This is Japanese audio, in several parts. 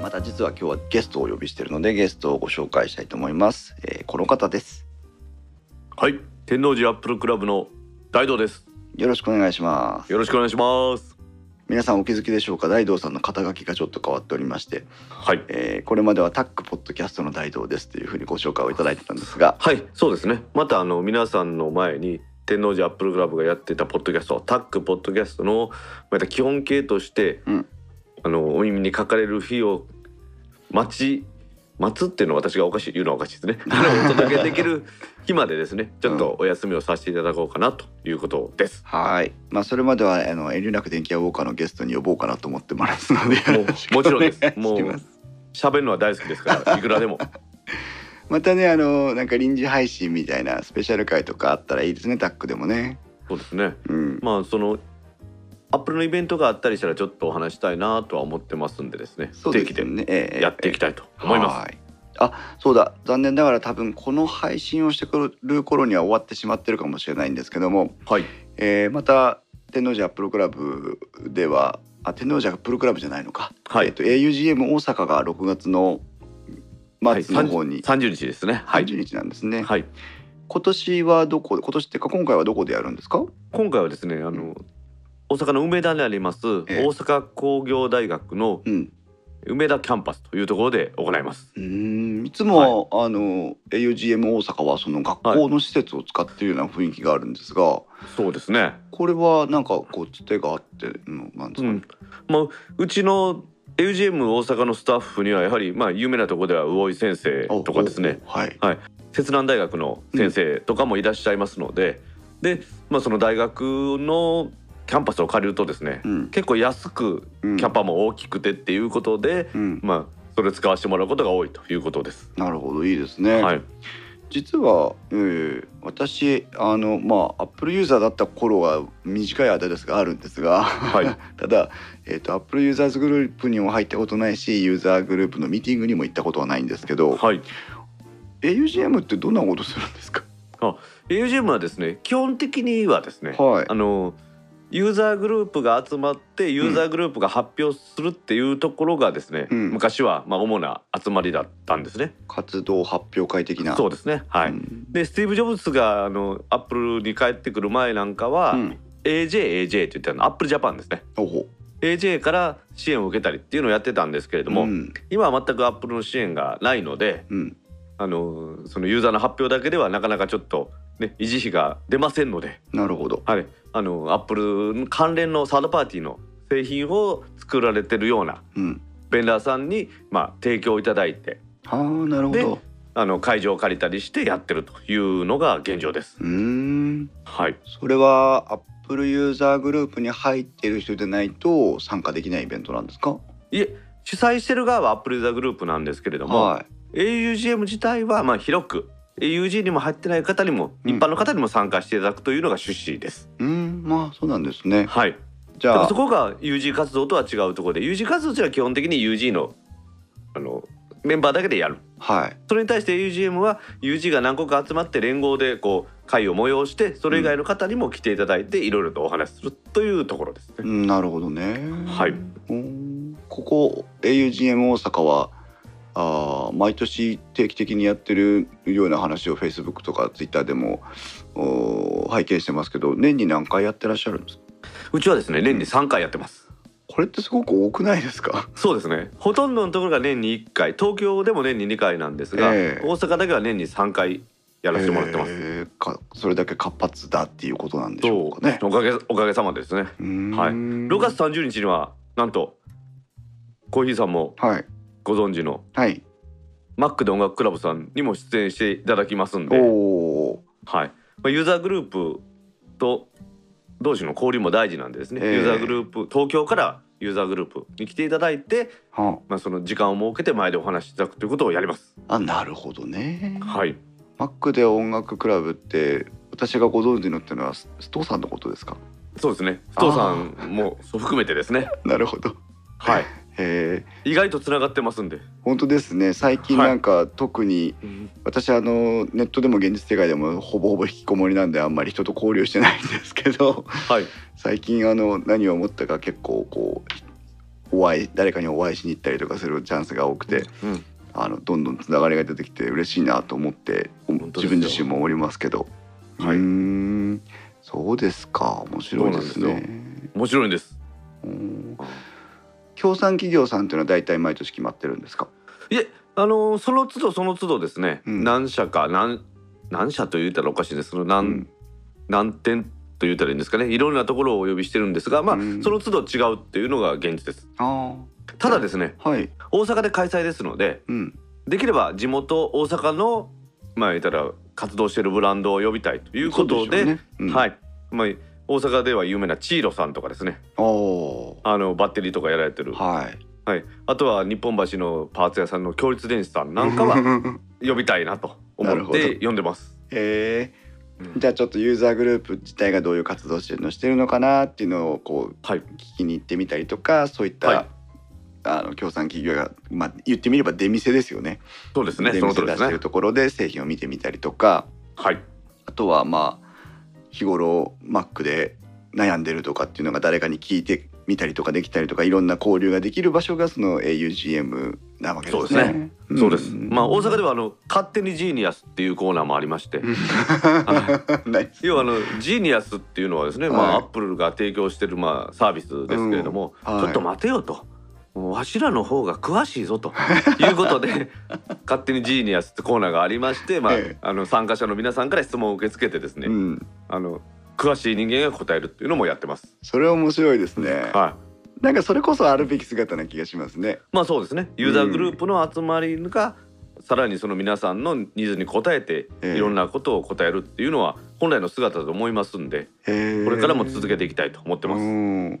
また実は今日はゲストをお呼びしているのでゲストをご紹介したいと思います、えーこの方ですはい、天王寺アップルクラブの大道です。よろしくお願いしますよろしくお願いします。皆さんお気づきでしょうか大道さんの肩書きがちょっと変わっておりまして、はい、えーこれまではタックポッドキャストの大道ですというふうにご紹介をいただいてたんですがはい、そうですね。またあの皆さんの前に天王寺アップルクラブがやってたポッドキャスト、タックポッドキャストのまた基本形として、うんあのお耳に書かれる日を待ち待つっていうのは私がおかしい言うのはおかしいですね。お届けできる日までですね、ちょっとお休みをさせていただこうかなということです。はい、まあ、それまではあの遠慮なく電気屋ウォーカーのゲストに呼ぼうかなと思ってますのでもようろしくもちろんですお願いしもうます喋るのは大好きですから、いくらでも。またねあのなんか臨時配信みたいなスペシャル回とかあったらいいですねタックでもねそうですね。うんまあそのアップルのイベントがあったりしたらちょっとお話したいなとは思ってますんでですねそうです定期でねええやっていきたいと思います。はいあそうだ残念ながら多分この配信をしてくる頃には終わってしまってるかもしれないんですけども、はい、えーまた天王寺アップルクラブではあ天王寺アップルクラブじゃないのか、はえっい、と、AUGM 大阪が6月の末の方に三十日ですね。はい、 30日なんですね、はい、今年はどこ今年っていうか今回はどこでやるんですか今回はですね、あうの大阪の梅田にあります大ええ阪工業大学のうん梅田キャンパスというところで行います。うーんいつも、あの AUGM 大阪はその学校の施設を使っているような雰囲気があるんですが、そうですね。これはなんかこうつてがあってのなんですうかね、ん、まあうちの LGM 大阪のスタッフにはやはりまあ有名なところでは魚井先生おとかですね。おはい摂南大学の先生とかもいらっしゃいますので、で、まあ、その大学のキャンパスを借りるとですね、うん結構安くうんキャパも大きくてっていうことで、うん、まあそれ使わせてもらうことが多いということです。なるほどいいですね、はい、実は、えー私あのまあアップルユーザーだった頃は短い間ですがあるんですが、 いただ、えー、とアップルユーザーズグループにも入ったことないしユーザーグループのミーティングにも行ったことはないんですけど、はい、 AUGM ってどんなことするんですか AUGM はですね基本的にはですね、はいあのユーザーグループが集まってユーザーグループが発表するっていうところがですね、うん昔はまあ主な集まりだったんですね。活動発表会的なそうですね、はいうんでスティーブ・ジョブズがあのアップルに帰ってくる前なんかは、うん AJAJ って言ってあのアップルジャパンですねおほ AJ から支援を受けたりっていうのをやってたんですけれども、うん今は全くアップルの支援がないのでうんあのそのユーザーの発表だけではなかなかちょっと、ね、維持費が出ませんので、なるほどはい、あのアップル関連のサードパーティーの製品を作られてるようなうんベンダーさんに、まあ、提供いただいてああなるほどであの会場を借りたりしてやってるというのが現状です。うーんはいそれはアップルユーザーグループに入っている人でないと参加できないイベントなんですかいえ主催してる側はアップルユーザーグループなんですけれども、は AUGM 自体はまあ広く AUG にも入ってない方にもうん一般の方にも参加していただくというのが趣旨です。い。うーん、まあそうなんですね。はい、じだかゃらあそ、こが UG 活動とは違うところで UG 活動自体は基本的に UG のあのメンバーだけでやるはい。それに対して UGM は UG が何個か集まって連合でこう会を催してそれ以外の方にも来ていただいていろいろとお話しするというところですね。うんなるほどね。はい。うーんここ AUGM 大阪は。あー毎年定期的にやってるような話を Facebook とか Twitter でもおー拝見してますけど年に何回やってらっしゃるんですかうちはですね年に3回やってます。これってすごく多くないですかそうですねほとんどのところが年に1回東京でも年に2回なんですが、ええ大阪だけは年に3回やらせてもらってま す。えーかそれだけ活発だっていうことなんでしょそうかね。うおかげおかげさまでですね。はい6 6月30日にはなんとコーヒーさんもはいご存知のはいマックで音楽クラブさんにも出演していただきますんおで、おはいまあ、ユーザーグループと同士の交流も大事なんでですね、ええユーザーグループ東京からユーザーグループに来ていただいて、ーはまあ、その時間を設けて前でお話しいただくということをやります。ああなるほどね。はいマックで音楽クラブって私がご存知のってのはスストーさんのこと ですか。そうですね。あ須ー藤さんもそう含めてで すね。なるほど。はい。へえ意外と繋がってますんで。本当ですね。最近なんか、特に私あのネットでも現実世界でもほぼほぼ引きこもりなんであんまり人と交流してないんですけど、 はい。最近あの何を思ったか結構こう。お会い誰かにお会いしに行ったりとかするチャンスが多くてうん、あのどんどんつながりが出てきて嬉しいなと思って本当です自分よ自身もおりますけど、はいうーんそうですか面白いですそうなねんで。面白いんです。うん協賛企業さんというのは大体毎年決まってるんですか。いえ、あのーその都度その都度ですね、うん何社か何何社と言ったらおかしいですけど、う何、ん何点と言ったらいいんですかね、いろんなところをお呼びしてるんですが、まあ、うんその都度違うっていうのが現実です。あただですね、あはい。大阪で開催ですので、うん。。できれば地元大阪のまあ言ったら活動してるブランドを呼びたいということで、はいい、まあ大阪では有名なチーロさんとかですね、おおあのバッテリーとかやられてるー。、はい。はい、あとは日本橋のパーツ屋さんの強立電子さんなん かは呼びたいなとなる思っほどて呼んでます。へうえ。んじゃあちょっとユーザーグループ自体がどういう活動してるのしてるのかなっていうのをこうはい、聞きに行ってみたりとかそういった、はいあの協賛企業が、まあ、言ってみれば出店ですよねそうですね、出その通店出りですしてねる。ところで製品を見てみたりとかはい、あとはまあ日頃 Mac で悩んでるとかっていうのが誰かに聞いてみたりとかできたりとかいろんな交流ができる場所がその augm なわけですね。そんうですそうです。まあ 大阪ではあの勝手にジーニアスっていうコーナーもありまして、うんないです要はあのジーニアスっていうのはですね、はまいあアップルが提供してるまあサービスですけれども、うんはいちょっと待てよと。もうわしらの方が詳しいぞということ で勝手にジーニアスってコーナーがありまして、まあええあの参加者の皆さんから質問を受け付けてですね、うん、あの詳しい人間が答えるっていうのもやってます。それは面白いですね。はい。なんかそれこそあるべき姿な気がしますね。まあそうですね。ユーザーグループの集まりが、さらにその皆さんのニーズに応えて、ええいろんなことを答えるっていうのは本来の姿だと思いますんで、ここれからも続けていきたいと思ってます。うん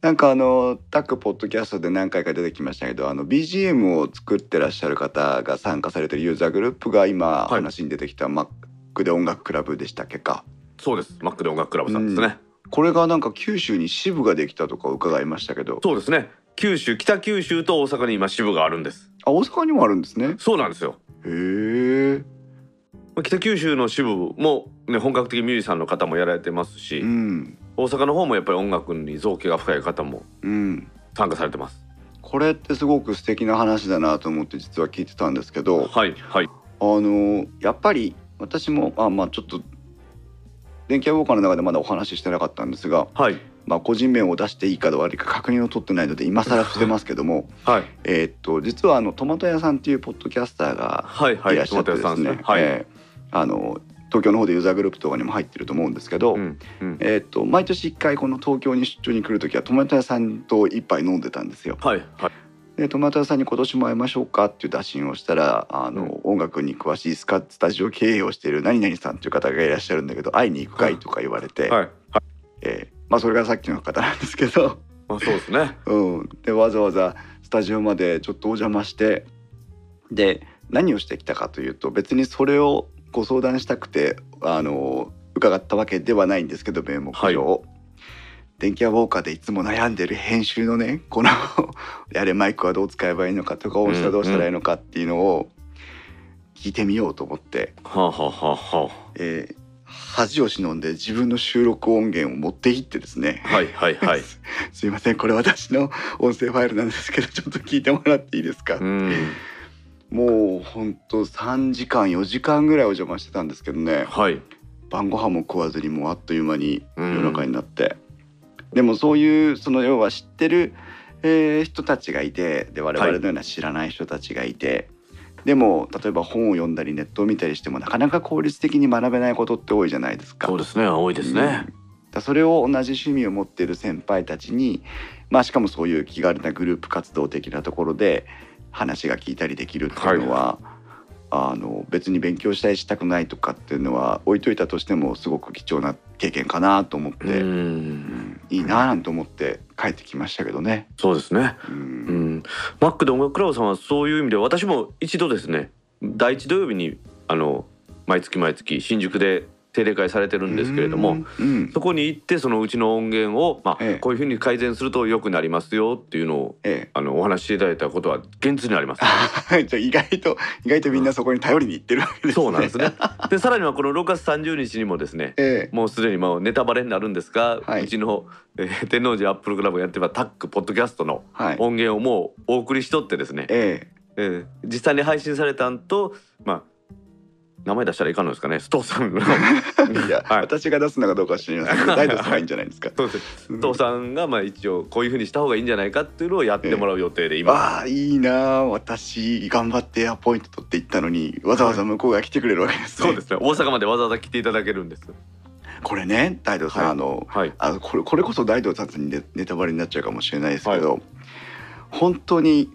なんかあのタックポッドキャストで何回か出てきましたけどあの BGM を作ってらっしゃる方が参加されてるユーザーグループが今はい話に出てきた Mac で音楽クラブでしたっけかそうです。マックで音楽クラブさんですね。これがなんか九州に支部ができたとか伺いましたけどそうですね。九州、北九州と大阪に今支部があるんです。あ大阪にもあるんですねそうなんですよ。へえ北九州の支部も、ね、本格的ミュージシャンの方もやられてますし、うん大阪の方もやっぱり音楽に造形が深い方もうん参加されてます。これってすごく素敵な話だなと思って実は聞いてたんですけどはいはい。あのやっぱり私もあまあちょっと電気屋ウォーカーの中でまだお話ししてなかったんですがはいまあ、個人名を出していいか悪いか確認を取ってないので今更伏せますけども はいえーっと実はあのトマト屋さんっていうポッドキャスターがはいはいい。らっしゃってですね、はい。えーあの東京の方でユーザーグループとかにも入ってると思うんですけど、うんうんえーっと毎年1回この東京に出張に来る時はトマト屋さんと一杯飲んでたんですよ。はいはい。でトマト屋さんに今年も会いましょうかっていう打診をしたらあの、音楽に詳しいスカスタジオ経営をしている何々さんという方がいらっしゃるんだけど会いに行くかいとか言われて、はいはい。えーまあ、それがさっきの方なんですけど。まあそうですね。うん、でわざわざスタジオまでちょっとお邪魔してで何をしてきたかというと別にそれをご相談したくてあの伺ったわけではないんですけど名目上、電気屋ウォーカーでいつも悩んでる編集のねこの やれマイクはどう使えばいいのかとか音質はどうしたらいいのかっていうのを聞いてみようと思って、はあ、はあはあはえー恥を忍んで自分の収録音源を持って行ってですねあ、はいはいはい。 すいませんこれ私の音声ファイルなんですけどちょっと聞いてもらっていいですか、うんもうほんと3時間4時間ぐらいお邪魔してたんですけどねはい。晩ご飯も食わずにもうあっという間にうん夜中になって、でもそういうその要は知ってる、えー人たちがいてで我々のような知らない人たちがいて、でも例えば本を読んだりネットを見たりしてもなかなか効率的に学べないことって多いじゃないですか。そうですね。多いですね。だそれを同じ趣味を持っている先輩たちに、まあ、しかもそういう気軽なグループ活動的なところで話が聞いたりできるっていうのは、あの別に勉強したいしたくないとかっていうのは置いといたとしてもすごく貴重な経験かなと思っう。て、うんんいいなぁなんて思って帰ってきましたけどね。そうですね。ううんん。マックで音楽クラブさんはそういう意味で私も一度ですね、第一土曜日にあの毎月毎月新宿で定例会されてるんですけれども、うんそこに行ってそのうちの音源を、まええあ、こういうふうに改善すると良くなりますよっていうのをえ あのお話しいただいたことは現実にあります。え、じゃあ意外と意外とみんなそこに頼りに行ってるわけですね。そうなんですね。でさらにはこの6月30日にもですね えもうすでにまあネタバレになるんですが、はいうちの、えー天王寺アップルクラブがやってたタックポッドキャストのえ、はい。音源をもうお送りしとってですね、ええー実際に配信されたんとまあ名前出したらいかんのですかねストーさんのえ、いや、はい私が出すのかどうかは知りませんけど、大丈夫はいいんじゃない ですか。そうですうスんトーさんがまあ一応こういうふうにした方がいいんじゃないかっていうのをやってもらう予定で今、ああいいなあ私頑張ってエアポイント取っていったのにわざわざ向こうが来てくれるわけですね。そうですね大阪までわざわざ来ていただけるんですこれね大道さん、はいあのはいあのこれこれこそ大道さんにネネタバレになっちゃうかもしれないですけど、本当に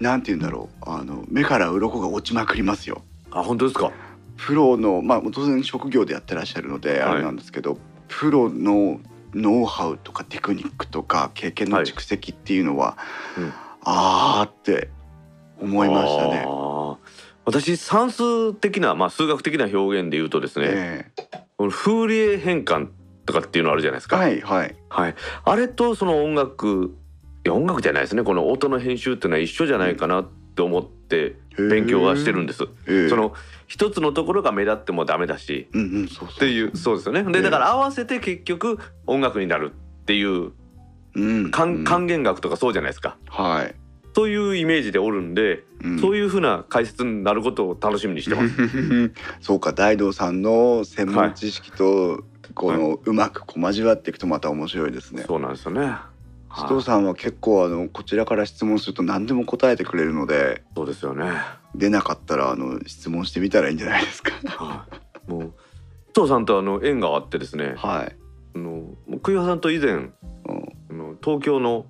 なんて言うんだろうあの目から鱗が落ちまくりますよ。あ本当ですかプロのまあ当然職業でやってらっしゃるのではあいれなんですけど、プロのノウハウとかテクニックとか経験の蓄積っていうのは、うんあーって思いましたね。あー私算数的な、まあ、数学的な表現で言うとですね、ええこのフーリエ変換とかっていうのあるじゃないですか、はいはいはい、あれとその音楽いや音楽じゃないですねこの音の編集っていうのは一緒じゃないかなって思って勉強はしてるんです、ええその一つのところが目立ってもダメだしうんうんそうそうっていうそうですよねええでだから合わせて結局音楽になるっていううん還還元楽とかそうじゃないですかはい、というイメージでおるんで、そういいうふうな解説になることを楽しみにしてます そうか大道さんの専門知識とこのうまくこう交わっていくとまた面白いですね。そうなんですよねはい須藤さんは結構あのこちらから質問すると何でも答えてくれるのでそうですよね出なかったらあの質問してみたらいいんじゃないですか。はい、もう伊藤さんとあの縁があってですね、はい。あの栗原さんと以前うんあの東京の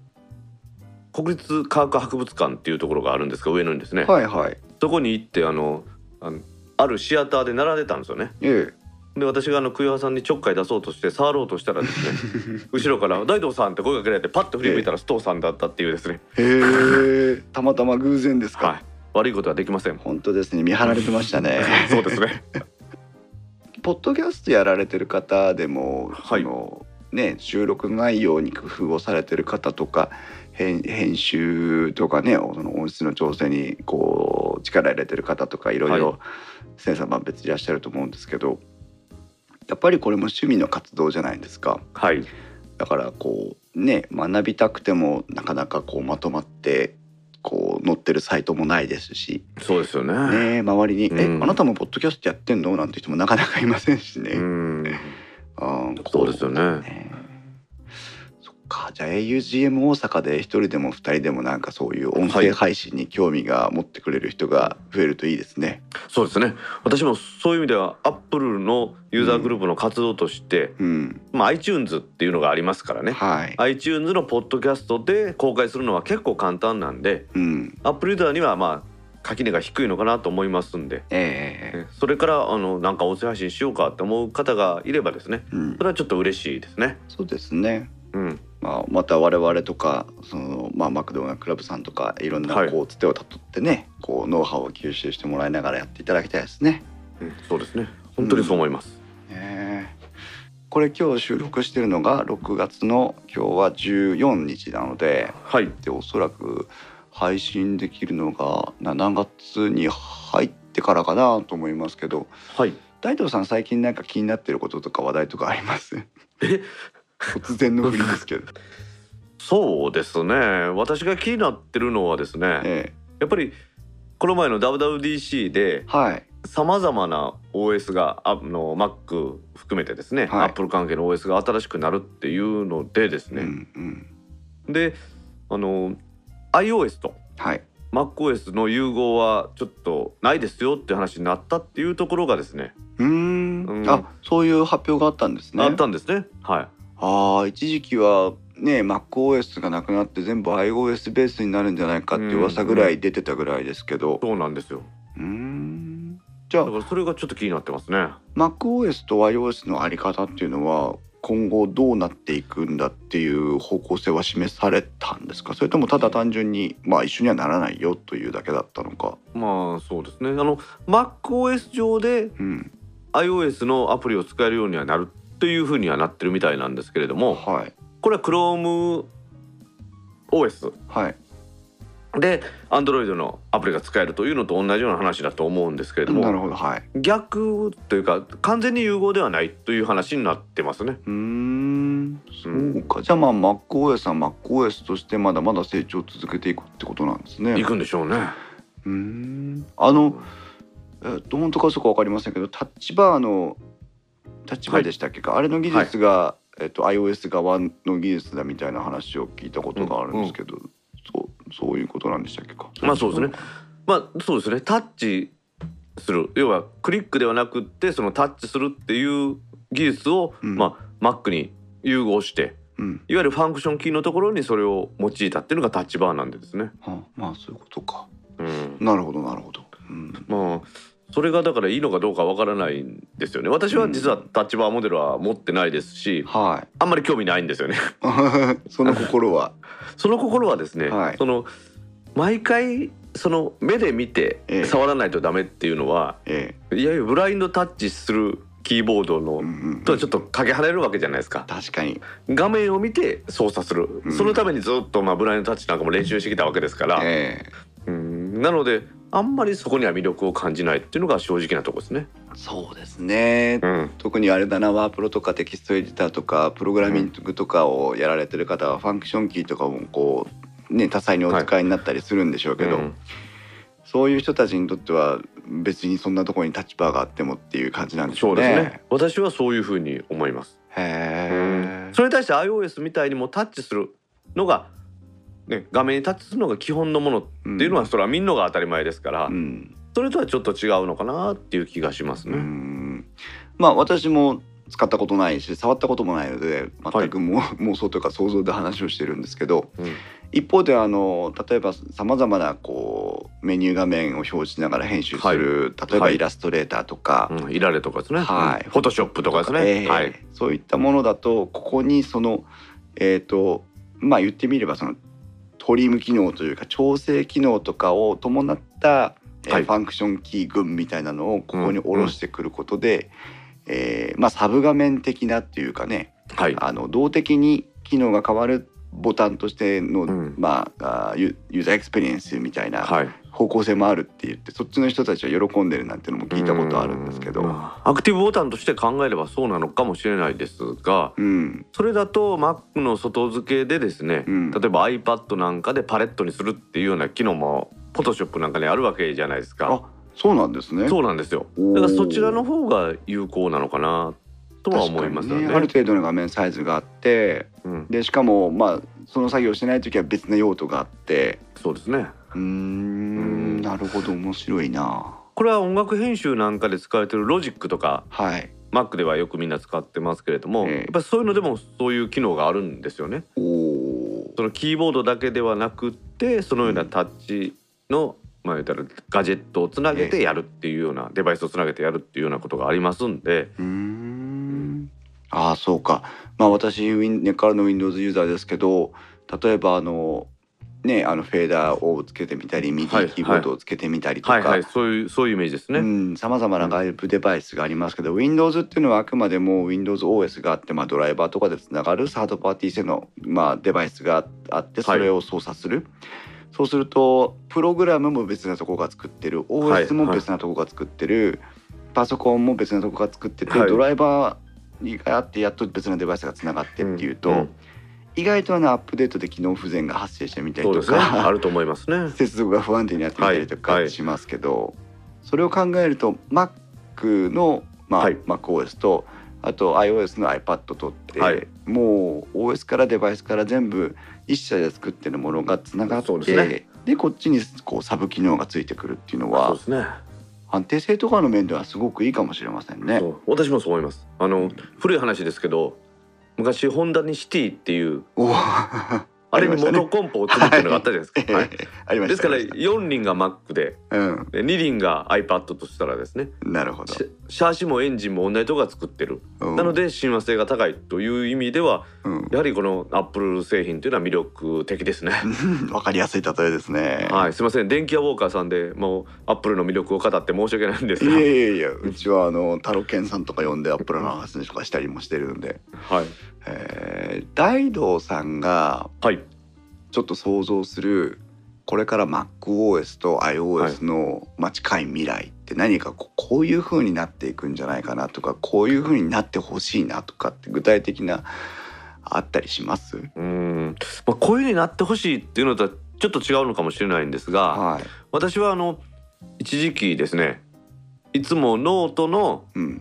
国立科学博物館っていうところがあるんですが上野にですね、はいはい。そこに行ってあのあのあるシアターで並んでたんですよねえで私があの栗原さんにちょっかい出そうとして触ろうとしたらですね 後ろから「大道さん」って声かけられてパッと振り向いたら須藤さんだったっていうですね、え。へえ。たまたま偶然ですか。はい、悪いことはできません。本当ですね見張られてましたね そうですねポッドキャストやられてる方でも、はいそのね、収録内容に工夫をされてる方とか編編集とかねその音質の調整にこう力入れてる方とかいろいはろ千差万別いらっしゃると思うんですけどやっぱりこれも趣味の活動じゃないですか。はいだからこうね学びたくてもなかなかこうまとまってこう載ってるサイトもないですし、そうですよねね、周りに「えうんあなたもポッドキャストやってんの?」なんて人もなかなかいませんしね。うんあーそうですよねねそっかじゃあ augm 大阪で一人でも二人でもなんかそういう音はい声配信に興味が持ってくれる人が増えるといいですね。そうですね私もそういう意味ではアップルのユーザーグループの活動として、うん、まあ、iTunes っていうのがありますからね、はい、 iTunes のポッドキャストで公開するのは結構簡単なんでうん、アップルユーザーにはまあ垣根が低いのかなと思いますんでえええそれからあのなんか音声配信しようかって思う方がいればですねうんそ、れはちょっと嬉しいですね。そうですね。うん、まあ、また我々とかその、まあ、マクドナルドクラブさんとかいろんなはいこうつてをたどってね、こうノウハウを吸収してもらいながらやっていただきたいですね。うんそうですね本当にそう思います。ねえこれ今日収録してるのが6月の今日は14日なので、はいでおそらく配信できるのが7月に入ってからかなと思いますけどはい大東さん最近なんか気になってることとか話題とかあります突然の振りです けど、そうですね私が気になってるのはですねええ、やっぱりこの前の WWDC ではいさまざまな OS があの Mac 含めてですね、はい Apple 関係の OS が新しくなるっていうのでですうね、んうんであの iOS とはい MacOS の融合はちょっとないですよって話になったっていうところがですねうーんうんあそういう発表があったんですねあったんですね。はああ一時期はね MacOS がなくなって全部 iOS ベースになるんじゃないかって噂ぐらい出てたぐらいですけどい、そうなんですようーんじゃあだからそれがちょっと気になってますね。 MacOS と iOS のあり方っていうのは今後どうなっていくんだっていう方向性は示されたんですかそれともただ単純にまあ一緒にはならないよというだけだったのか。まあそうですねあの MacOS 上でうん、 iOS のアプリを使えるようにはなるというふうにはなってるみたいなんですけれどもはいこれは ChromeOS はいで Android のアプリが使えるというのと同じような話だと思うんですけれどなるもほどはい逆というか完全に融合ではないという話になってますね。うーんそうかじゃあまあ MacOS は MacOS としてまだまだ成長を続けていくってことなんですねいくんでしょうね。うーんあの、えー、どうもとかそこわかりませんけどタッチバーのタッチバーでしたっけか、あれの技術が、えっと iOS 側の技術だみたいな話を聞いたことがあるんですけど、そうそういうことなんでしたっけかまあそうですねまあそうですねタッチする要はクリックではなくってそのタッチするっていう技術を、うんまあ、Mac に融合してうんいわゆるファンクションキーのところにそれを用いたっていうのがタッチバーなんでですね。はあまあそういうことかうん、なるほどなるほど、うん、まあそれがだからいいのかどうかわからないんですよね。私は実はタッチバーモデルは持ってないですし、はあんまり興味ないんですよね。 い その心はその心はですね、はいその毎回その目で見てええ触らないとダメっていうのは、えいわゆるブラインドタッチするキーボードの、え、うんうんうんとはちょっとかけ離れるわけじゃないですか確かに、画面を見て操作する、うんそのためにずっとまあブラインドタッチなんかも練習してきたわけですから、ええ、うんなのであんまりそこには魅力を感じないっていうのが正直なとこですね。そうですねうん、特にあれだなワープロとかテキストエディターとかプログラミングとかをやられてる方はファンクションキーとかもこうね多彩にお使いになったりするんでしょうけど、うんそういう人たちにとっては別にそんなところにタッチバーがあってもっていう感じなんでしょそううですねね。私はそういうふうに思います。へえ。それに対して iOS みたいにもうタッチするのが、ね、画面にタッチするのが基本のものってうんいうのは、それは見るのが当たり前ですから、うん、それとはちょっと違うのかなっていう気がしますうね。んまあ私も使ったことないし触ったこともないのではい全くもう、妄想というか想像で話をしてるんですけど、うん一方であの例えばさまざまなこうメニュー画面を表示しながら編集する、例えばはいイラストレーターとか、うん、いられとかですね。はいうんフォトショップとかですね。えーはい。そういったものだとここにそのえっ、とまあ言ってみればそのトリム機能というか調整機能とかを伴った、えーはいファンクションキー群みたいなのをここに下ろしてくることで、えーまあ、サブ画面的なっていうかね、はい。あの動的に機能が変わるボタンとしての、うんまああーユユーザーエクスペリエンスみたいなはい。方向性もあるって言ってそっちの人たちは喜んでるなんてのも聞いたことあるんですけうどまあアクティブボタンとして考えればそうなのかもしれないですが、うんそれだと Mac の外付けでですね、うん例えば iPad なんかでパレットにするっていうような機能も Photoshop なんかにあるわけじゃないですか。あそうなんですねそうなんですよ。おーだからそちらの方が有効なのかなとは思いますよ確ね。かにある程度の画面サイズがあってうん、でしかもまあその作業してない時は別の用途があってそうですね。うーんんなるほど面白いなこれは音楽編集なんかで使われてるロジックとかはい Mac ではよくみんな使ってますけれども、ええやっぱりそういうのでもそういう機能があるんですよね。おおそのキーボードだけではなくってそのようなタッチの、まあ言ったらガジェットをつなげてやるっていうようなデバイスをつなげてやるっていうようなことがありますんで、うーんああそうかまあ私ウィン根っからの Windows ユーザーですけど例えばあのねあのフェーダーをつけてみたりミデはィいキーボードをつけてみたりとはいはかいそういうそういうイメージですね。さまざまな外部デバイスがありますけど、Windows っていうのはあくまでも WindowsOS があって、まあ、ドライバーとかでつながるサードパーティー製の、まあ、デバイスがあってそれを操作する。そうするとプログラムも別なとこが作ってるはい OS も別なとこが作ってる、パソコンも別なとこが作ってて、はいドライバーがあってやっと別なデバイスがつながってっていうと、んん意外とあのアップデートで機能不全が発生してみたりそうとですねあか、ると思いますね。接続が不安定になってみたりとはいはかいしますけど、それを考えると Mac の、まあはい MacOS とあと iOS の iPad とって、はいもう OS からデバイスから全部一社で作ってるものがつながってそうで,、ですねこっちにこうサブ機能がついてくるっていうのそうはですね。安定性とかの面ではすごくいいかもしれませんね。そう私もそう思います。あの、うん古い話ですけど、昔ホンダにシティっていうおー あれあにりましたねモノコンポを積むっていうのがあったじゃないですか。はいありましたですからありまし4輪が Mac でたうん、で2輪が iPad としたらですねなるほど。しシャーシもエンジンも同じとこが作ってる、うんなので親和性が高いという意味ではうん、やはりこのアップル製品というのは魅力的ですね。 わかりやすい例えですね。 はい、すみません電気屋ウォーカーさんでもうアップルの魅力を語って申し訳ないんですいやが、いやいや、 うちはあのタロケンさんとか呼んでアップルの話とかしたりもしてるんで、はい、えー、大道さんがはい、ちょっと想像するこれから MacOS と iOS の、まあ、近い未来って何かこうこういう風になっていくんじゃないかなとかこういう風になってほしいなとかって具体的なあったりしますうーん、まあ、こういう風になってほしいっていうのとはちょっと違うのかもしれないんですが、はい、私はあの一時期ですね、いつもノートのうん、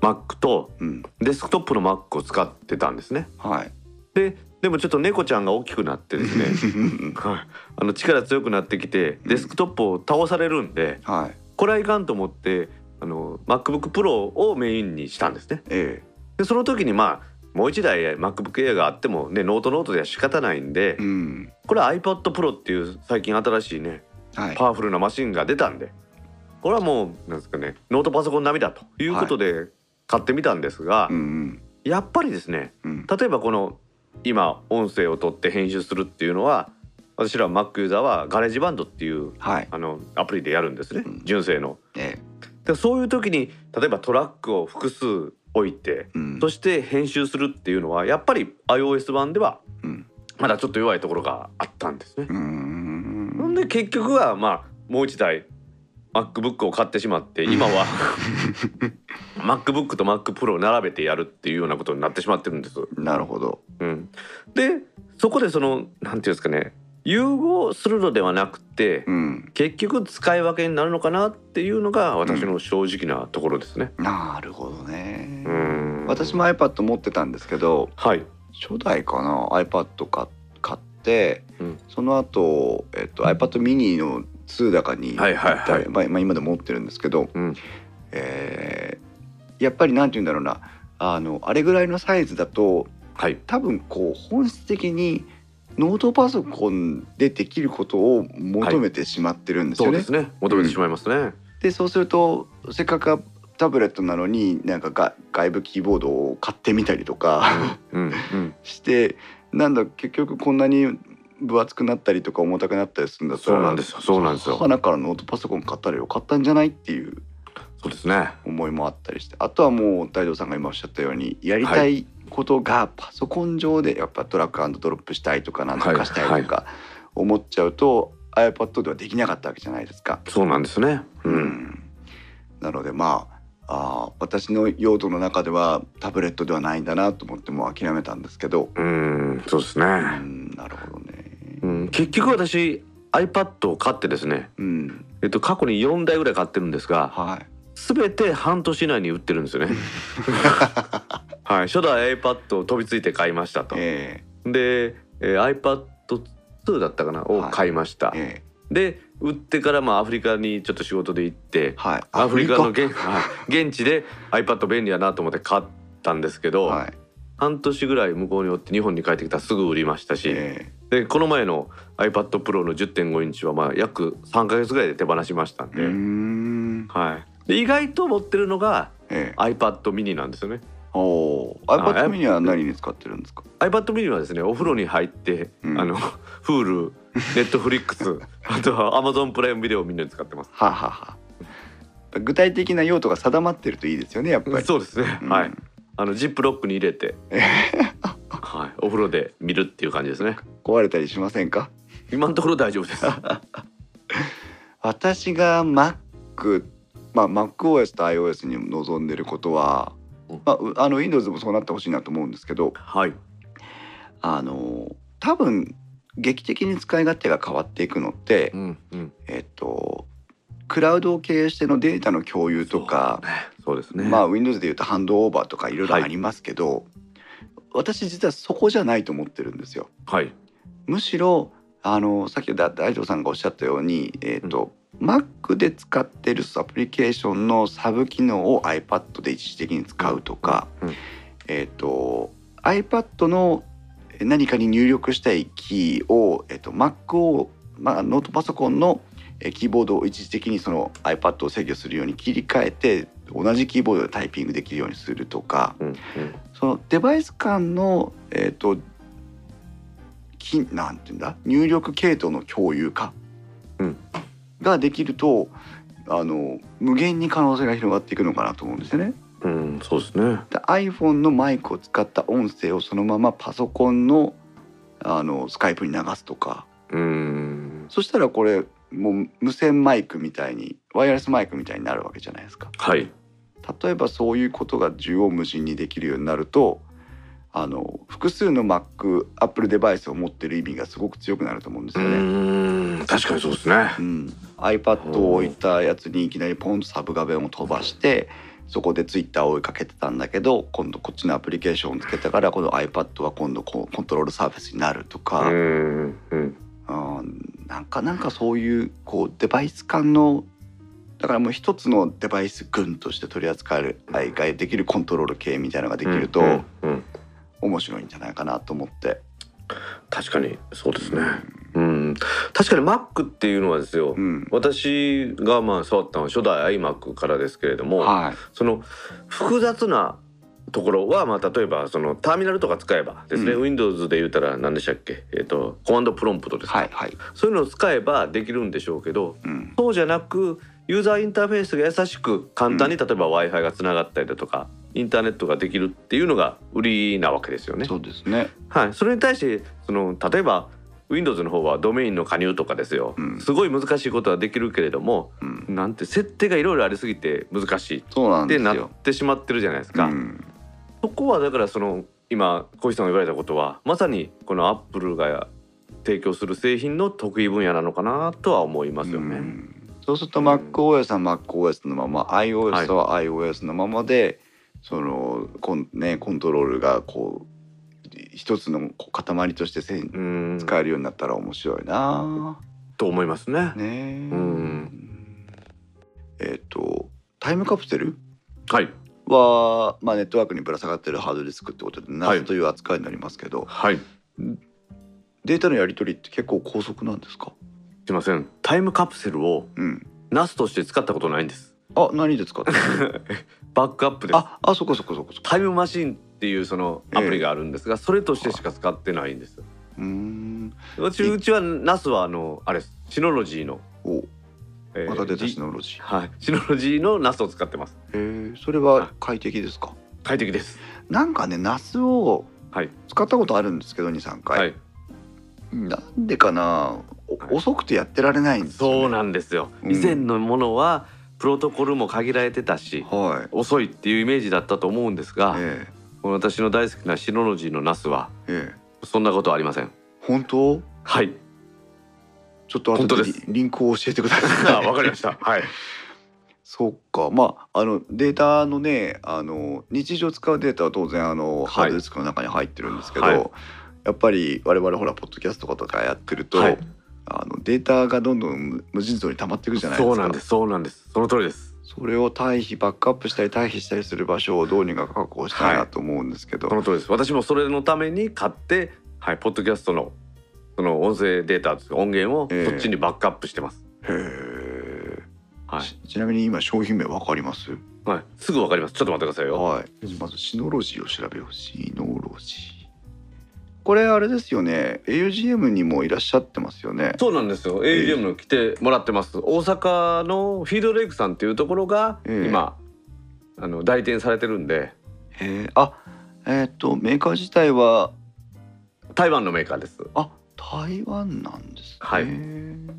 Mac とうん、デスクトップの Mac を使ってたんですね。はい。で、でもちょっと猫ちゃんが大きくなってですね、 はい、あの力強くなってきてデスクトップを倒されるんで、はい、これはいかんと思ってあの MacBook Pro をメインにしたんですね。えでその時にまあもう一台 MacBook Air があってもねノートノートでは仕方ないんで、え、うん、これ iPad Pro っていう最近新しいねはい、パワフルなマシンが出たんでこれはもうなんですかねノートパソコン並みだということで買ってみたんですが、うん、うん、やっぱりですねうん、例えばこの今音声を取って編集するっていうのは私ら Mac ユーザーはガレージバンドっていうはい、あのアプリでやるんですね、うん純正の。ええ、でそういう時に例えばトラックを複数置いてうん、そして編集するっていうのはやっぱり iOS 版ではうん、まだちょっと弱いところがあったんですねう。ーほんん、で結局はまあもう一台 MacBook を買ってしまって 今は MacBook と MacPro を並べてやるっていうようなことになってしまってるんです。なるほど。うん、でそこでそのなんていうんですかね融合するのではなくてうん、結局使い分けになるのかなっていうのが私の正直なところですね。なるほどね。うん私も iPad 持ってたんですけど、はい、初代かな iPad か買って、うんその後、えっと iPad mini の2だかに、はいはいはいまあまあ今でも持ってるんですけど、うんえーやっぱりなんて言うんだろうなあのあれぐらいのサイズだとはい多分こう本質的にノートパソコンでできることを求めてしまってるんですそようね。ですね求めてしまいますね。でそうするとせっかくタブレットなのになんかが外部キーボードを買ってみたりとかうんうん、してなんだ結局こんなに分厚くなったりとか重たくなったりするんだったそらうなんですよそうなんですよ花からノートパソコン買ったらよかったんじゃないっていうそうですね。思いもあったりしてあとはもう大道さんが今おっしゃったようにやりたはいことがパソコン上でやっぱトラックドロップしたいとかなんとかしたいとか思っちゃうと iPad ではできなかったわけじゃないですか。そうなんですね。うん、なのでまああー私の用途の中ではタブレットではないんだなと思ってもう諦めたんですけど、うん、そうですね。うん、なるほどね。うん、結局私 iPad を買ってですね、うん、えっと過去に4台ぐらい買ってるんですが、はい。すべて半年以内に売ってるんです よね。はい、初代 iPad を飛びついて買いましたと。えで、えー iPad 2だったかなを買いました。ええで、売ってからまあアフリカにちょっと仕事で行ってえ、はい。アフリカの現はい現地で iPad 便利やなと思って買ったんですけど、はい。半年ぐらい向こうにおって日本に帰ってきたらすぐ売りましたし、えでこの前の iPad Pro の10.5インチはまあ約3ヶ月ぐらいで手放しましたんえで,、うーん。はい、で意外と持ってるのがええ iPad mini なんですよねおお。iPad あ mini は何に使ってるんですか。 iPad mini はですねお風呂に入って、うんあの Hulu、Netflix あとは Amazon プライムビデオをみんなに使ってますはあはあはあ。具体的な用途が定まってるといいですよねやっぱり。そうですね、うんはいあのジップロックに入れて、はい、お風呂で見るっていう感じですね壊れたりしませんか。今のところ大丈夫ですは私が Mac まあ MacOS と iOS に望んでることはうん、まあう、あの Windows もそうなってほしいなと思うんですけどいあの多分劇的に使い勝手が変わっていくのって、うんうんえっとクラウドを経由してのデータの共有とか、そうですねまあ Windows でいうとハンドオーバーとかいろいろありますけど、私実はそこじゃないと思ってるんですよ。はいむしろあのさっきだ大丈さんがおっしゃったように、えーと Mac で使ってるアプリケーションのサブ機能を iPad で一時的に使うとか、うんうんえー、と iPad の何かに入力したいキーを、えー、と Mac を、まあ、ノートパソコンのえーキーボードを一時的にその iPad を制御するように切り替えて同じキーボードでタイピングできるようにするとかうんうんそのデバイス間の、えー、ときなんていうんだ入力系統の共有化うんができると、あの無限に可能性が広がっていくのかなと思うんですよね。うん、そうですね。で iPhone のマイクを使った音声をそのままパソコンのあのスカイプに流すとかうん、そしたらこれもう無線マイクみたいにワイヤレスマイクみたいになるわけじゃないですか。はい。例えばそういうことが縦横無尽にできるようになるとあの複数の Mac、Apple デバイスを持ってる意味がすごく強くなると思うんですうよね。ん、確かにそうですね。うん、iPad を置いたやつにいきなりポンとサブ画面を飛ばしてそこで Twitter を追いかけてたんだけど今度こっちのアプリケーションをつけたからこの iPad は今度こうコントロールサーフェスになるとうか、ん、うん、あーなんかなんかそういうこうデバイス間のだからもう一つのデバイス群として取り扱える大会できるコントロール系みたいなのができるうとんうん、面白いんじゃないかなと思って。確かにそうですね。うん、確かに Mac っていうのはですよ。うん、私がまあ触ったのは初代 iMac からですけれども、はい、その複雑なところはまあ例えばそのターミナルとか使えばですね、う Windows で言ったら何でしたっけ、えっとコマンドプロンプトですか、はいはい、そういうのを使えばできるんでしょうけどうん、そうじゃなくユーザーインターフェースが優しく簡単に例えば w i f i がつながったりだとかインターネットができるっていうのが売りなわけですよね。そうですね。はい、それに対してその例えば Windows の方はドメインの加入とかですよ、うんすごい難しいことはできるけれどもうん、なんて設定がいろいろありすぎて難しいっそうなんでてすなっよ。てしまってるじゃないですうか。ん、そこはだからその今小石さんが言われたことはまさにこの Apple が提供する製品の得意分野なのかなとは思いますようね。んそうすると MacOS は MacOS のまま iOS は iOS のままで、そのこん、ね、コントロールがこう一つのこう塊としてせんうん使えるようになったら面白いな。と思いますね。ねえんえっ、とタイムカプセルはいは、まあ、ネットワークにぶら下がってるハードディスクってことでは謎いという扱いになりますけど、はい。データのやり取りって結構高速なんですか、すいません。タイムカプセルをうん、ナスとして使ったことないんです。あ何 で使ってるバックアップです。ああそこそこそこそこタイムマシンっていうそのアプリがあるんですが、それとしてしか使ってないんです。うーんうちえうちはナスはあのあれですシノロジーの、おえーまた出たシじノロジーはいシノロジーのナスを使ってます。えー、それは快適ですか快適です。なんかねナスをはい使ったことあるんですけど23回、はいなんでかなおはい遅くてやってられないんですよ、ね、そうなんですよ、うん以前のものはプロトコルも限られてたしはい遅いっていうイメージだったと思うんですが、えこの私の大好きなシノロジーのナスはえええそんなことはありません本当はい ちょっと後本当ででリすリンクを教えてくだあさい。 わかりましたはいそっか、まああのデータのね、あの日常使うデータは当然あのハードディスクの中に入ってるんですけど、はいやっぱり我々ほらポッドキャストとかやってると、はいあのデータがどんどん無無尽蔵に溜まっていくじゃないですか。そうなんですそうなんですその通りですそれを退避バックアップしたり退避したりする場所をどうにか確保したいなと思うんですけど、その通りです私もそれのために買ってはいポッドキャストのその音声データです音源をええそっちにバックアップしてます、へえ、はいちちなみに今商品名わかります？はいすぐわかりますちょっと待ってくださいよはい、まずシノロジーを調べようシノロジーこれあれですよね AUGM にもいらっしゃってますよねそうなんですよ AGM の来てもらってます、大阪のフィールドレイクさんっていうところがええ今、あの代理店されてるんでへえあえっ、とメーカー自体は台湾のメーカーです、あ台湾なんですねはい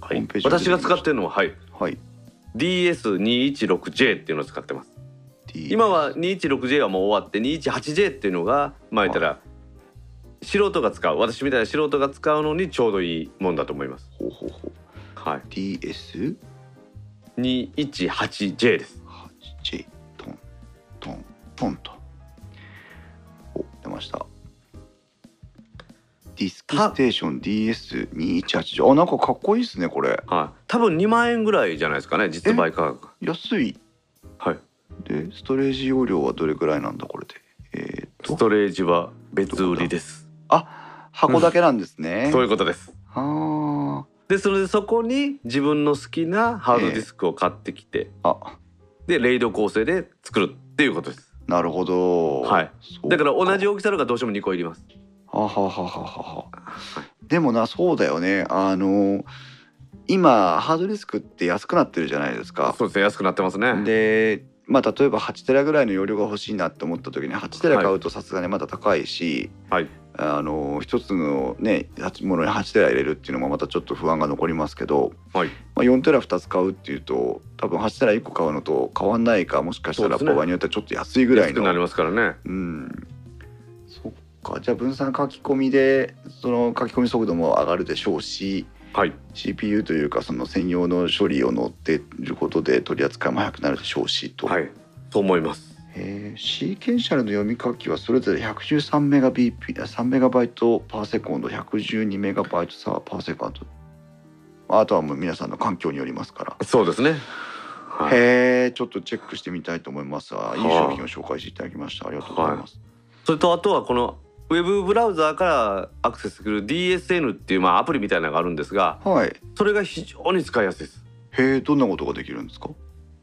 ホームページ私が使ってるのは、はい、はい DS216J っていうのを使ってます D 今は 216J はもう終わって 218J っていうのがまあ言ったら素人が使う私みたいな素人が使うのにちょうどいいもんだと思いますほうほうほうはい DS8J 218J ですトントントンとお出ましたディスクステーション DS218 あなんかかっこいいですねこれはい多分2万円ぐらいじゃないですかね実売価格安いはいでストレージ容量はどれくらいなんだこれでえーっスとトレージは別売りです。あ箱だけなんですね、そういうことです。あで、それでそこに自分の好きなハードディスクを買ってきて、ーあでレイド構成で作るっていうことですなるほど。はいそう。だから同じ大きさのがどうしても2個いりますはははははは。でもなそうだよね。あの今ハードディスクって安くなってるじゃないですか。そうですね安くなってますねで、まあ例えば8テラぐらいの容量が欲しいなって思った時に8テラはい買うとさすがにまだ高いし、はいあの一つのねものに8テラ入れるっていうのもまたちょっと不安が残りますけど、はいまあ、4テラ2つ買うっていうと多分8テラ1個買うのと変わんないかもしかしたそらうです場ね合によってはちょっと安いぐら安いくのなりますからねうんそっかじゃあ分散書き込みでその書き込み速度も上がるでしょうしはい、 CPU というかその専用の処理を乗ってることで取り扱いも早くなるでしょうしと、はい、と思いますえーシーケンシャルの読み書きはそれぞれ113メガ BP 3メガバイトパーセコンド112メガバイトさパーセコンドあとはもう皆さんの環境によりますから、そうですね、はい、へえちょっとチェックしてみたいと思いますあいい商品を紹介していただきましたありがとうございます、それとあとはこのウェブブラウザーからアクセスする DSN っていうまあアプリみたいなのがあるんですがはい、それが非常に使いやすいですへえどんなことができるんですか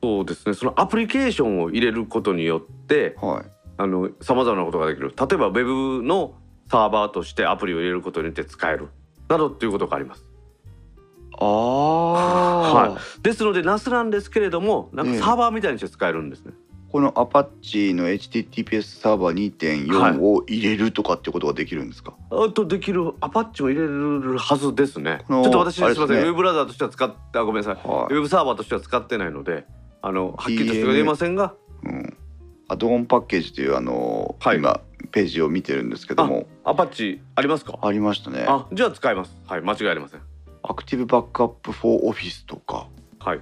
そうですねそのアプリケーションを入れることによってはいあの様々なことができる例えばウェブのサーバーとしてアプリを入れることによって使えるなどっていうことがありますああ、はですので NAS なんですけれどもなんええかサーバーみたいにして使えるんですね、このアパッチの HTTPS サーバーはい2.4を入れるとかってことができるんですか、あとできるアパッチも入れるはずですねちこのょっと私すあみれまでせすねん、ウェブブラウザーとしては使ってあごめんなさいはいウェブサーバーとしては使ってないのであのはっきりとしては言えませんがうん、アドオンパッケージというあの、はい今ページを見てるんですけどもアパッチありますかありましたねあじゃあ使いますはい間違いありませんアクティブバックアップ for Office とかはい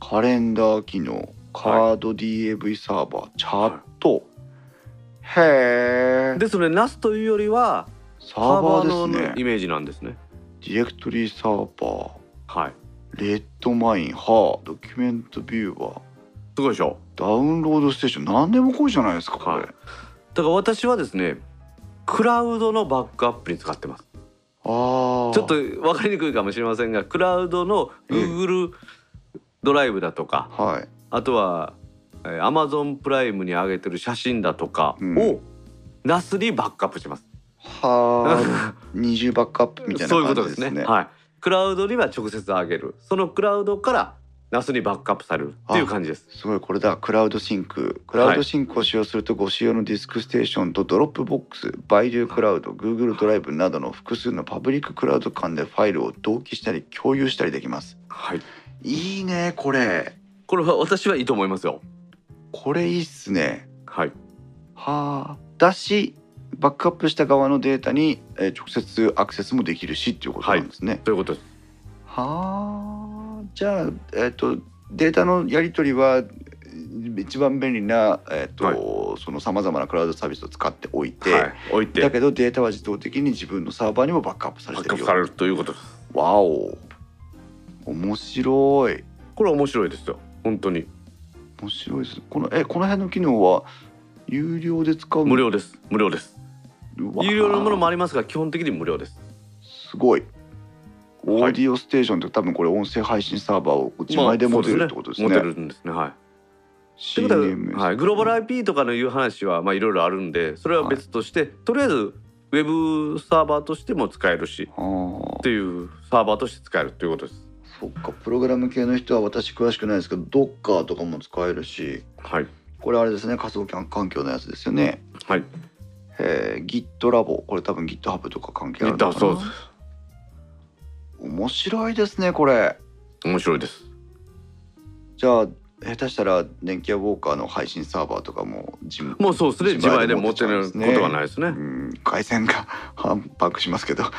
カレンダー機能カード DAV サーバー、チャット、へえですので NAS というよりはササーーババーーですのイねメージなんですねディレクトリーサーバーはいレッドマインはあドキュメントビューバーすごいでしょダウンロードステーション何でも来いじゃないですかこれ、はいだから私はですねクラウドのバックアップに使ってますああちょっと分かりにくいかもしれませんがクラウドのええ Google ドライブだとかはいあとはえー Amazon プライムに上げてる写真だとかうんを NAS にバックアップしますはあ 二重バックアップみたいそういなうこと感じですですねね。はい。クラウドには直接上げる。そのクラウドからナスにバックアップされるっていう感じです。すごいこれだクラウドシンククラウドシンクを使用するとご使用のディスクステーションとドロップボックスバイデュークラウド Google ドライブなどの複数のパブリッククラウド間でファイルを同期したり共有したりできますはい。いいねこれこれは私はいいと思いますよ。これいいっすねはい。はあだしバックアップした側のデータに、えー直接アクセスもできるしっていうことなんですね、ということです。はあじゃあ、えっとデータのやり取りはえー一番便利な、えっとはそのさまざまなクラウドサービスを使っておいて、はい。置いてだバッけどデータは自動的に自分のサーバーにもバックアップされてクアッるプよされるということです。わお面白いこれは面白いですよ。本当に面白いですこのえこの辺の機能は有料で使う無料です。無料です。うわ有料のものもありますが基本的に無料です。すごいオはいーディオステーションって多分これ音声配信サーバーを自前で持てるってことですね。まあそう持てるんですね。はい。ということは、はい、グローバル IP とかのいう話はまあいろいろあるんで、それは別として、とりあえずウェブサーバーとしても使えるし、ああっていうサーバーとして使えるということです。そっかプログラム系の人は私詳しくないですけどドッカーとかも使えるしはい。これあれですね仮想環境のやつですよねはい。えー GitLab これ多分 GitHub とか関係あるのかなそうです。面白いですねこれ面白いです。じゃあ下手したら電気屋ウォーカーの配信サーバーとかも自分もうそうですね。自自前前でで持持っっててるこることとががなないいですねう。ん回線が 反発しますけど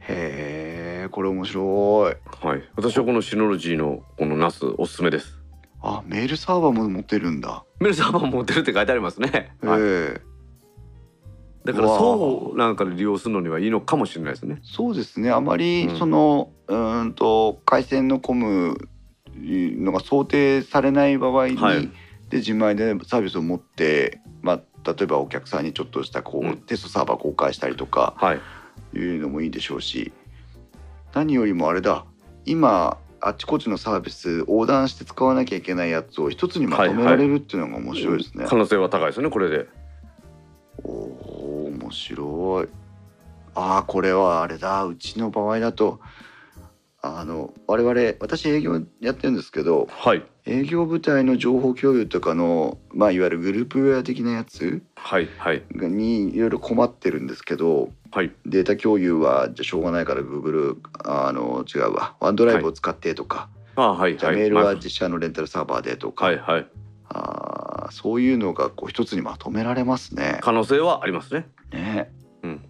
へえこれ面白いはい。私はこのシノロジーのこのナスおすすめです。あメールサーバーも持ってるんだ、メルサーバー持ってるって書いてありますね。えはい。ーだからうわーそうなんかで利用するのにはいいのかもしれないですね。そうですねあまりうんその、うーんと回線の混むのが想定されない場合に、はいで自前でサービスを持って、まあ、例えばお客さんにちょっとしたこう、うんテストサーバー公開したりとかはい。いうのもいいでしょうし何よりもあれだ今あちこちのサービス横断して使わなきゃいけないやつを一つにまとめられるっていうのが面白いですね。可能性は高いですよねこれでおお面白い。ああこれはあれだうちの場合だとあの我々私営業やってるんですけどはい営業部隊の情報共有とかの、まあ、いわゆるグループウェア的なやつはいはいにいろいろ困ってるんですけどはいデータ共有はじゃあしょうがないから Google あの違うわワンドライブを使ってとか、ああはいじゃあはいメールはま自社のレンタルサーバーでとあか、はいはいあーそういうのがこう一つにまとめられますね。可能性はありますねねうん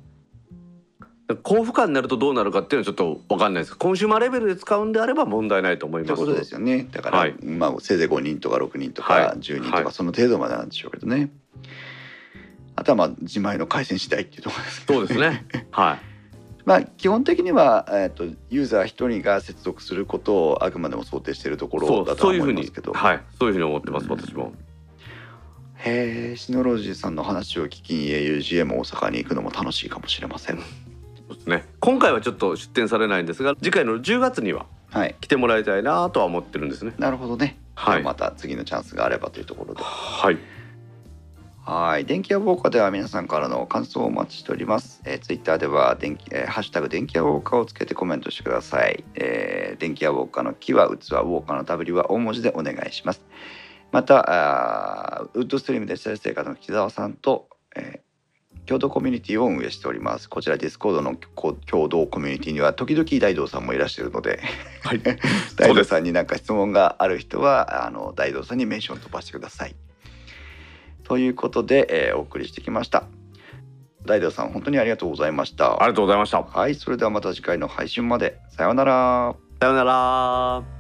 高負荷になるとどうなるかっていうのはちょっとわかんないですコンシューマーレベルで使うんであれば問題ないと思いっまてすことですよねだから、はいまあ、せいぜい5人とか6人とはかい10人とはかいその程度までなんでしょうけどね、あとはまあ自前の回線次第っていうところですけそどうですねはい まあ、基本的には、えー、とユーザー一人が接続することをあくまでも想定しているとこそろだうとそはういうふ思ういまにすけどはいそういうふうに思ってます私もへえシノロジーさんの話を聞きに augm 大阪に行くのも楽しいかもしれません。そうですね今回はちょっと出展されないんですが次回の10月にははい来てもらいたいなとは思ってるんですねなるほどね、はいじゃあまた次のチャンスがあればというところで はいはい電気屋ウォーカーでは皆さんからの感想をお待ちしております、えー、ツイッターでは電気、えーハッシュタグ電気屋ウォーカー」をつけてコメントしてください、えー電気屋ウォーカーの「木」は器ウォーカーの「W」は大文字でお願いしますまたあーウッドストリームで再生活の木澤さんと、えー共同コミュニティを運営しておりますこちらディスコードのこ共同コミュニティには時々大道さんもいらっしゃるのではい大道さんに何か質問がある人はあの大道さんにメンション飛ばしてください。ということで、えーお送りしてきました。大道さん本当にありがとうございましありた。がとうございましたはい、それではまた次回の配信まで。さようなら。さようなら